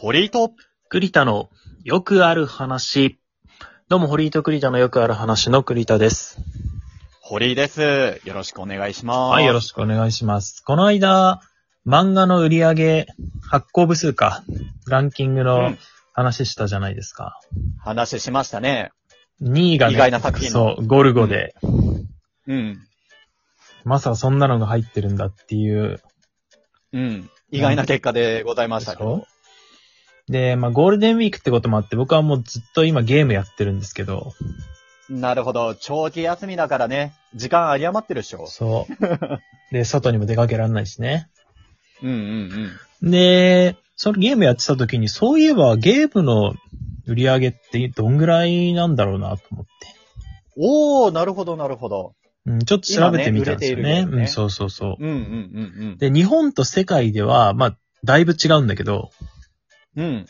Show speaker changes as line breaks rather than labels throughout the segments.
堀井と、
栗田のよくある話。どうも、堀井と栗田のよくある話の栗田です。
堀井です。よろしくお願いします。
はい、よろしくお願いします。この間、漫画の売り上げ、発行部数か、ランキング
う
の
ん
話したじゃないですか。
話しましたね。
2位がね、
意外な作品
そう、ゴルゴで、
うん。
まさかそんなのが入ってるんだっていう。
うん。意外な結果でございましたけど。
で、まあ、ゴールデンウィークってこともあって、僕はもうずっと今ゲームやってるんですけど、
なるほど。長期休みだからね。時間有り余ってるでしょ。
そう。 で、外にも出かけられないしね。
うんうん
で、そのゲームやってた時に、そういえばゲームの売り上げってどんぐらいなんだろうなと思って。
うん。おー、なるほどなるほど。
うん、ちょっと調べてみたんですよね。
今ね売れているよね
うん、そうそうそ
うんうんうん
う。で、日本と世界では、まあ、だいぶ違うんだけど、
うん。うん。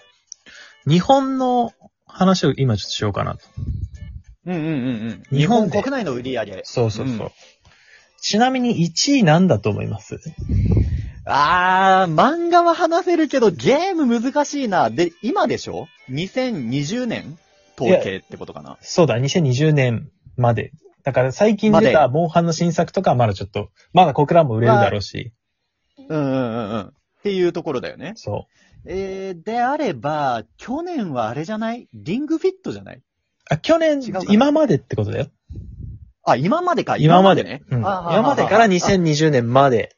日本の話を今ちょっとしようかなと。
うんうんうんうん。
日
日
本
本
で
国内の売り上げ。
そうそうそう。
うん
ちなみに1位なんだと思います
あー、漫画は話せるけど、ゲーム難しいな。で、今でしょ ?2020 年統計ってことかな。
そうだ、2020年まで。だから最近出
まで
たモンハンの新作とかはまだちょっと、まだ国内も売れるだろうし、
うんうんうんうん。っていうところだよね。
そう。
えー、であれば、去年はあれじゃないリングフィットじゃない
あ、去年
違うか、な
今までってことだよ。
あ、今までか。
今まで
ね。
うん
あー
今までから。
あー
2020年まで。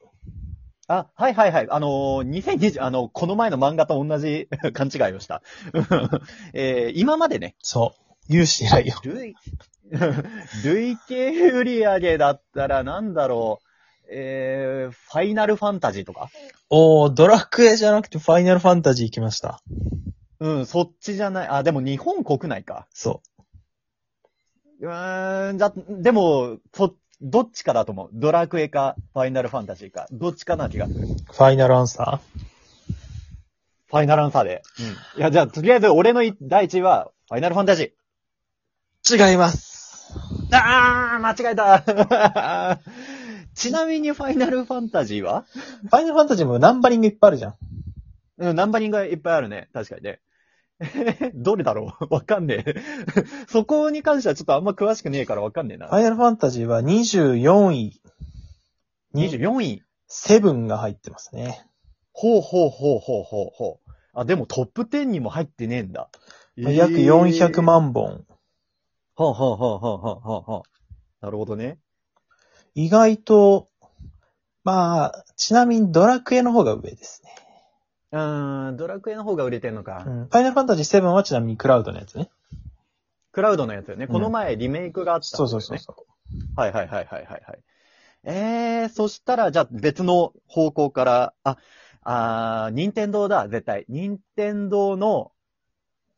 あ、はいはいはい。あのー、2020、あの、この前の漫画と同じ 勘違いをした。えー、今までね、
そう。有志ないよ。
累、累計売り上げだったらなんだろう。えー、ファイナルファンタジーとか
おー、ドラクエじゃなくてファイナルファンタジー行きました。
うん、そっちじゃない。あ、でも日本国内か。
そう
ーん、じゃ、でも、そ、どっちかだと思う。ドラクエか、ファイナルファンタジーか。どっちかな気がする。フ
う。ファイナルアンサ
ァイナルアンサーで。うん。いや、じゃあ、とりあえず俺のい第一位は、ファイナルファンタジー。
ー違います。
あー、間違えた ちなみにファイナルファンタジーは
ファイナルファンタジーもナンバリングいっぱいあるじゃん。
うん、ナンバリングがいっぱいあるね。確かにね。 どれだろう わかんねえ。そこに関してはちょっとあんま詳しくねえからわかんねえ
ファ
な。
イナルファンタジーは24位に
24位。
セブンが入ってますね。
ほうほうほうほうほうほう。あ、でもトップ10にも入ってねえんだ。
約400。万本。
ほうほうほうほうほうほうほう。なるほどね。
意外と、まあ、ちなみにドラクエの方が上ですね。
うーん、ドラクエの方が売れてんのか。
うん。ファイナルファンタジー7はちなみにクラウドのやつね。
クラウドのやつよね。
うん
この前リメイクがあった、
そうそうそう。そう。
はいはいはいはいはいはい。えー、そしたら、じゃあ別の方向から、あ、あー、任天堂だ、絶対。任天堂の、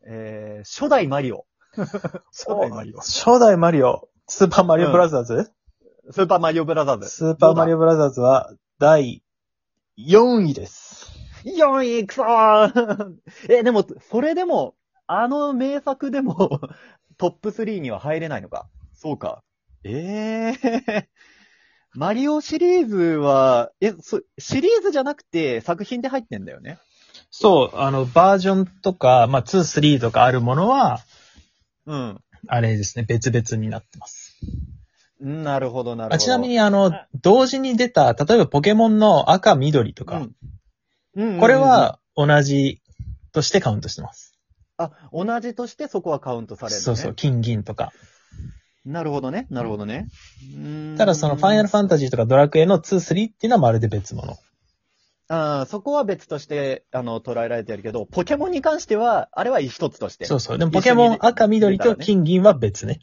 えー、初代マリオ。初代マリオ。
初代マリオ。スーパーマリオブラザーズ、
スーパーマリオブラザーズ。
スーパーマリオブラザーズは第4位です。
4位、くそー え、でも、それでも、あの名作でも、 トップ3には入れないのか。そうか。ええー。 マリオシリーズは、え、そ、シリーズじゃなくて作品で入ってんだよね。
そう、あの、バージョンとか、まあ、2、3とかあるものは、
うん。
あれですね、別々になってます。
なるほど、なるほど。
あちなみに、あの、同時に出た、例えばポケモンの赤、緑と
う
か、
ん、うんうんうん
これ、は同じとしてカウントしてます。
あ、同じとしてそこはカウントされる、ね。
そうそう、。金銀とか。
なるほどね、なるほどね。うーん
ただその、ファイナルファンタジーとかドラクエの2、3っていうのはまるで別物。
ああ、そこは別として、あの、捉えられてるけど、ポケモンに関しては、あれは一つとして。
そうそう。でもポケモン赤、緑と金銀は別ね。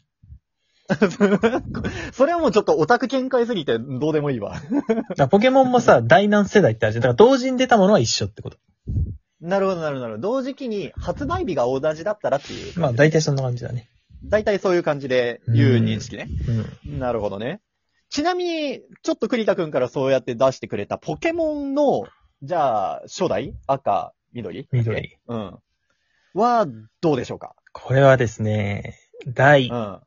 それはもうちょっとオタク見解すぎて、どうでもいいわ。
だからポケモンもさ、第何世代ってあるじゃん。だから同時に出たものは一緒ってこと。
なるほど、なるほどなるほど。同時期に発売日が同じだったらっていう。
まあ大体そんな感じだね。
大体そういう感じで言う認識ね。
うん。
なるほどね。ちなみに、ちょっと栗田くんからそうやって出してくれたポケモンの、じゃあ、初代赤、緑
緑。
うん。は、どうでしょうか
これはですね、第
うん。あ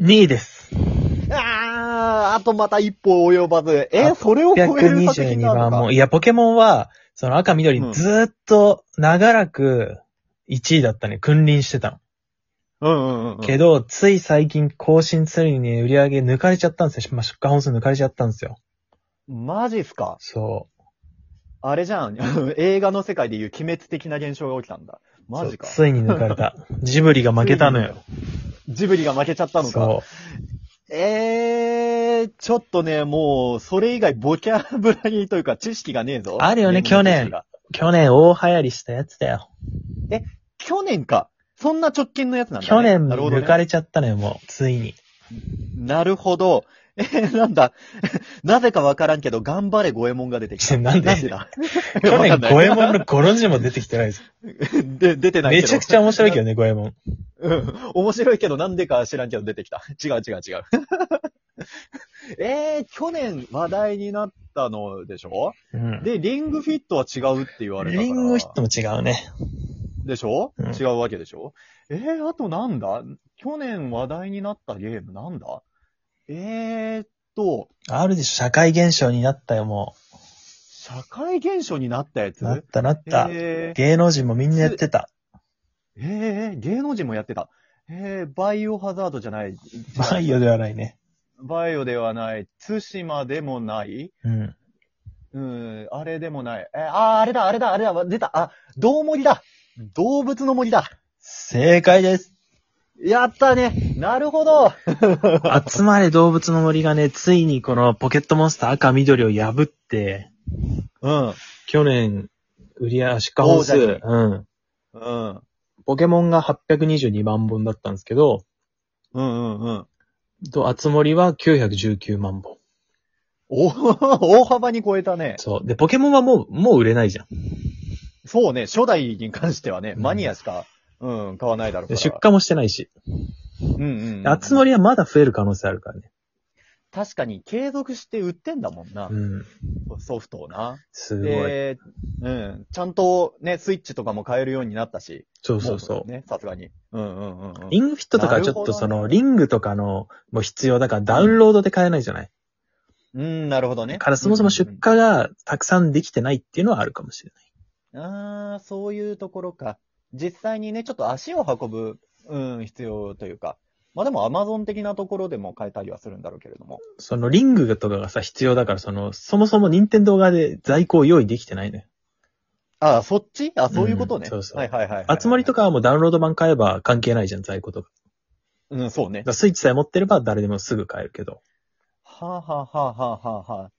2位です。
あー、あとまた一歩及ばず。え、それを超える作品
122
なの
番
か
も。いや、ポケモンは、その赤緑
うん
ずーっと長らく1位だったね。君臨してたの。
うんうんうんうん。
けど、つい最近更新するにね、売り上げ抜かれちゃったんですよ。まあ、出荷本数抜かれちゃったんですよ。
マジっすか
そ
あれじゃん。 映画の世界でいう鬼滅的な現象が起きたんだ。
う。
マジか。
そうついに抜かれた。ジブリが負けた のよ。
ジブリが負けちゃったのか。
そ
えー、ちょっとね、もう、それ以外ボキャブラリーというか知識がねえぞ。
あるよね
ゲームの
去
知
年
識が。
う。去年大流行りしたやつだよ。
去年か。そんな直近のやつなんだ、ね。
去年
なるほど、
抜かれちゃったのよ、もう。つ いに。
なるほど。えー、なんだ。 なぜかわからんけど、頑張れ五右衛門が出てきた。
なんで
なんでだ
去年、五右衛門
の。
のゴロジも出てきてないです。
で、出てないけ
め
ど。
ちゃくちゃ面白いけどね、五右衛門。
うん。面白いけど、なんでか知らんけど出てきた。違う違う違 う。えー、去年話題になったのでしょ
うん。
で、リングフィットは違うって言われたから。
リングヒットも違うね。
でしょ、
うん
違うわけでしょえー、あとなんだ去年話題になったゲームなんだえーっと、
あるでしょ、社会現象になったよ、も
社会現象になったやつ
う。なったなった。
えー
芸能人もみんなやってた。
えー、芸能人もやってた。えー、バイオハザードじゃない。
バイオではないね。
バイオではない。津島でもない。
うん。
うん、あれでもない。えー、あー、あれだ、あれだ、あれだ、出た。あ、どう森だ。動物の森だ。
正解 です。
やったね。なるほど。
集まれ動物の森がね、ついにこのポケットモンスター赤緑を破って、
うん。
去年、売り上げ、出荷本数、
王者に
うん。
うん。
ポケモンが822万本だったんですけど、
うんうんうん。
と、あつ森は919万本。
お大幅に超えたね。
そう。で、ポケモンはもう、もう売れないじゃん。
そうね、初代に関してはね、
うん
マニアしか、うん、買わないだろうか
で
ら。
出荷もしてないし。
うんうんうん。
あつ森はまだ増える可能性あるからね。
確かに継続して売ってんだもんな、
うん。
ソフトをな。
すごい。
で、うん、ちゃんとね、スイッチとかも買えるようになったし。
そうそうそう。
もね、さすがに。うんうんうんうん。
リングフィットとかちょっと
なる
そ
ほど
の、
ね
リングとかの、もう必要だからダウンロードで買えないじゃない。
うん、なるほどね。
からそもそも出
うん
荷がたくさんできてないっていうのはあるかもしれな
う
い。
んうんあー、そういうところか。実際にね、ちょっと足を運ぶ、うん、必要というか。まあでも、アマゾン的なところでも買えたりはするんだろうけれども。
そのリングとかがさ、必要だから、その、そもそも任天堂側で在庫を用意できてないのよ。
ああ、そっちあ、そういうことね。
うんそうそう
はいはいはいはい。
あつ森とかはもうダウンロード版買えば関係ないじゃん、在庫とか。
うん、そうね
だか。らスイッチさえ持ってれば誰でもすぐ買えるけど。
はあ、はあはあはあはあはあ、っ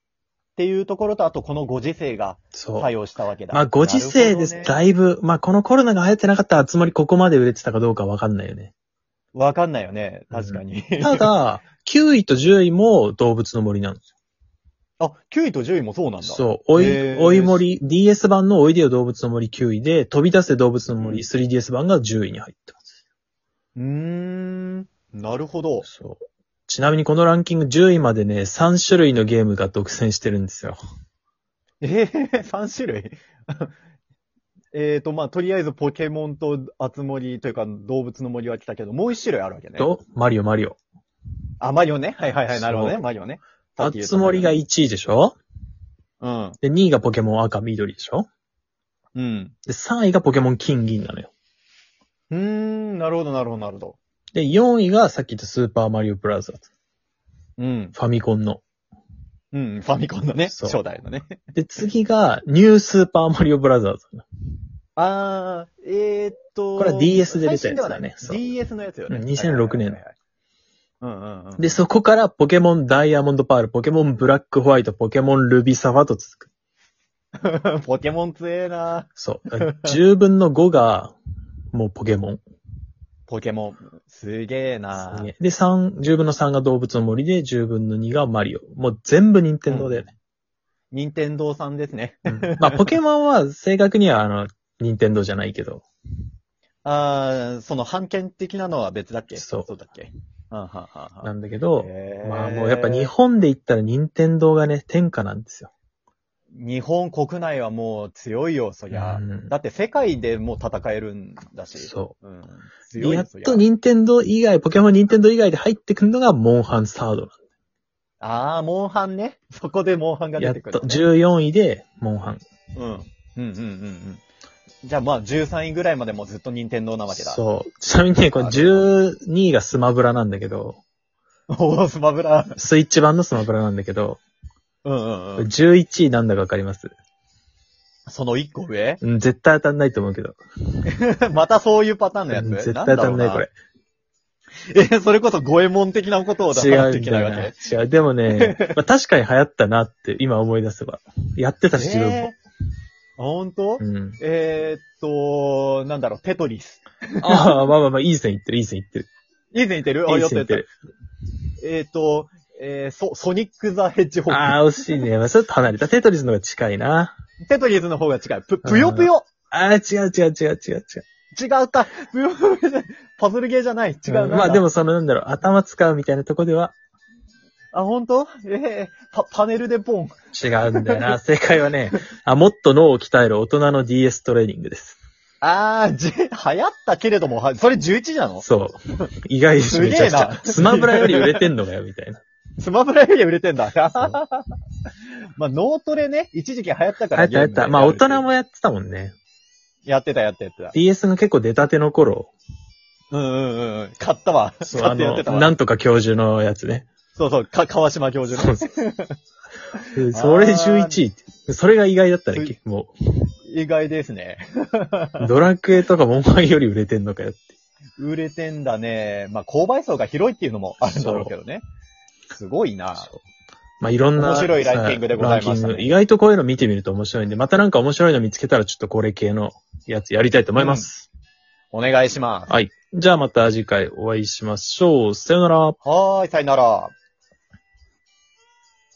ていうところと、あとこのご時世が
そう。
作用したわけだ。
まあ、ご時世です。
なるほどね
だいぶ、まあ、このコロナが流行ってなかったら、つまりここまで売れてたかどうかわかんないよ ね。
わかんないよね。確かに。
ただ、9位と10位も動物の森なんです
あ、9位と10位もそうなんだ。
よ。そう。おい、
へー
おい森、DS 版のおいでよ動物の森9位で、飛び出せ動物の森 3DS 版が10位に入ってます。
う。うーん。なるほど。
そう。ちなみにこのランキング10位までね、3種類のゲームが独占してるんですよ。
ええ3種 類。えーと、まあ、とりあえずポケモンとあつ森というか動物の森は来たけど、もう1種類あるわけね。
と、マリオマリオ。
あ、マリオね。はいはいはい。なるほどね。
そう
マリオね。さ
あ
っき言った
つ森が
マリ
1位でしょ
オね
で、2位がポケモン赤緑でしょ
うん。うん。
で、3位がポケモン金銀なのよ。
うーん、なるほどなるほどなるほど。
で、4位がさっき言ったスーパーマリオブラザーズ。
うん。
ファミコンの。
うん、ファミコンのね。
そう
初代のね。
で、次がニュースーパーマリオブラザーズ。
あー、えー、っと。
これは DS で出たやつ
最新で
だね
はない
そう
DS のやつよね。
うん2006年
はいはいはいはい。うんうんうん。
で、、そこからポケモンダイヤモンドパール、ポケモンブラックホワイト、ポケモンルビサファと続く。
ポケモン強えな
そう。10 分の5が、もうポケモン。
ポケモン。すげえな
すげえで、3、10分の3が動物の森で、10分の2がマリオ。もう全部任天堂だよね。
任天堂さんですね。
うんまあ、ポケモンは正確には、あの、任天堂じゃないけど。
あー、その判権的なのは別だっけ
そう
そうだっけうん、はんはんは。
なんんだけど、
へー
まあもうやっぱ日。本で言ったら任天堂がね、天下なんですよ。
日本国内はもう強いよ、そりゃ
う。ん
だって世界でもう戦えるんだし。
そう。
う。ん。強い
や
よ
っ
そりゃ
と任天堂以外、ポケモン任天堂以外で入ってくるのがモンハンサード。
ああ、モンハンね。そこでモンハンが
や
出
って
く
と
る、ね。
14位でモンハン。
うん。うんうんうんうん。じゃあまあ13位ぐらいまでもずっと任天堂なわけだ。 う。
そう。ちなみにね、これ12位がスマブラなんだけど、
おー、スマブラ。
スイッチ版のスマブラなんだけど、
うんうんうん。
11位なんだかわかります
その1個上
うん、絶対当たんないと思うけど。
またそういうパターンの
う
やつ
ん絶対当たんない、こ
だろ
れ。。
うえ、それこそ五右衛門的なことを出さ
違
な
う
きゃい
ん
けな
だ
い
よ
わ
な。
け。
違う。でも ね、まあ、確かに流行ったなって今思い出せば。やってたし、自分も
え。ーあ、ほんと
うん。
えーっと、なんだろう、テトリス。
ああ、まあまあまあ、いい線いってる、いい線いってる。
いい線いってるあ、や
いい
った
線
や
い
っ
って
た。
る。
えーっと、えー、ソ、ソニック・ザ・ヘッジホー
ああ、惜しいね。まあ、ちょっと離れた。テトリスの方が近いな。
ク。テトリスの方が近い。ぷ、ぷよぷよ
ああ、違う違う違う違う違う。
違うか。ぷよぷよじゃない。パズルゲーじゃない。違うな。
んまあでもそのなんだろう、頭使うみたいなとこでは
あ、ほんとええパ、パネルでポン。
違うんだよ な。正解はね、あ、もっと脳を鍛える大人の DS トレーニングです。
あー、じ、流行ったけれども、はそれ11なの
そう。意外ですす
げえ
め
な
ちゃくちゃ。スマブラより売れてんのかよ、みた いな。
スマブラより売れてんだ。
う
まあ、脳トレね、一時期流行ったから
あったあった。まあ大人。もやってたもんね。
やってた、やってたやってた。
DS が結構出たて の頃。
うんうんうんうん。買ったわ。
そう、
買
あ
ってやっ
の
てた、わ。
なんとか教授のやつね。
そうそう、か、川島教授
そ
の。
うそうでそれ11位って。それが意外だった
そ
ね、も
意外ですね。
う。ドラクエとかモンハンより売れてんのかよって。
売れてんだね。まあ、購買層が広いっていうのもあるんだろうけどね。すごいな。
まあいろんな。
面白いランキングでございましたね
ランキング意外とこういうの見てみると面白いんで、またなんか面白いの見つけたらちょっとこれ系のやつやりたいと思います。
お願いします。
はい。じゃあまた次回お会いしましょう。さよなら。
はーい、さよなら。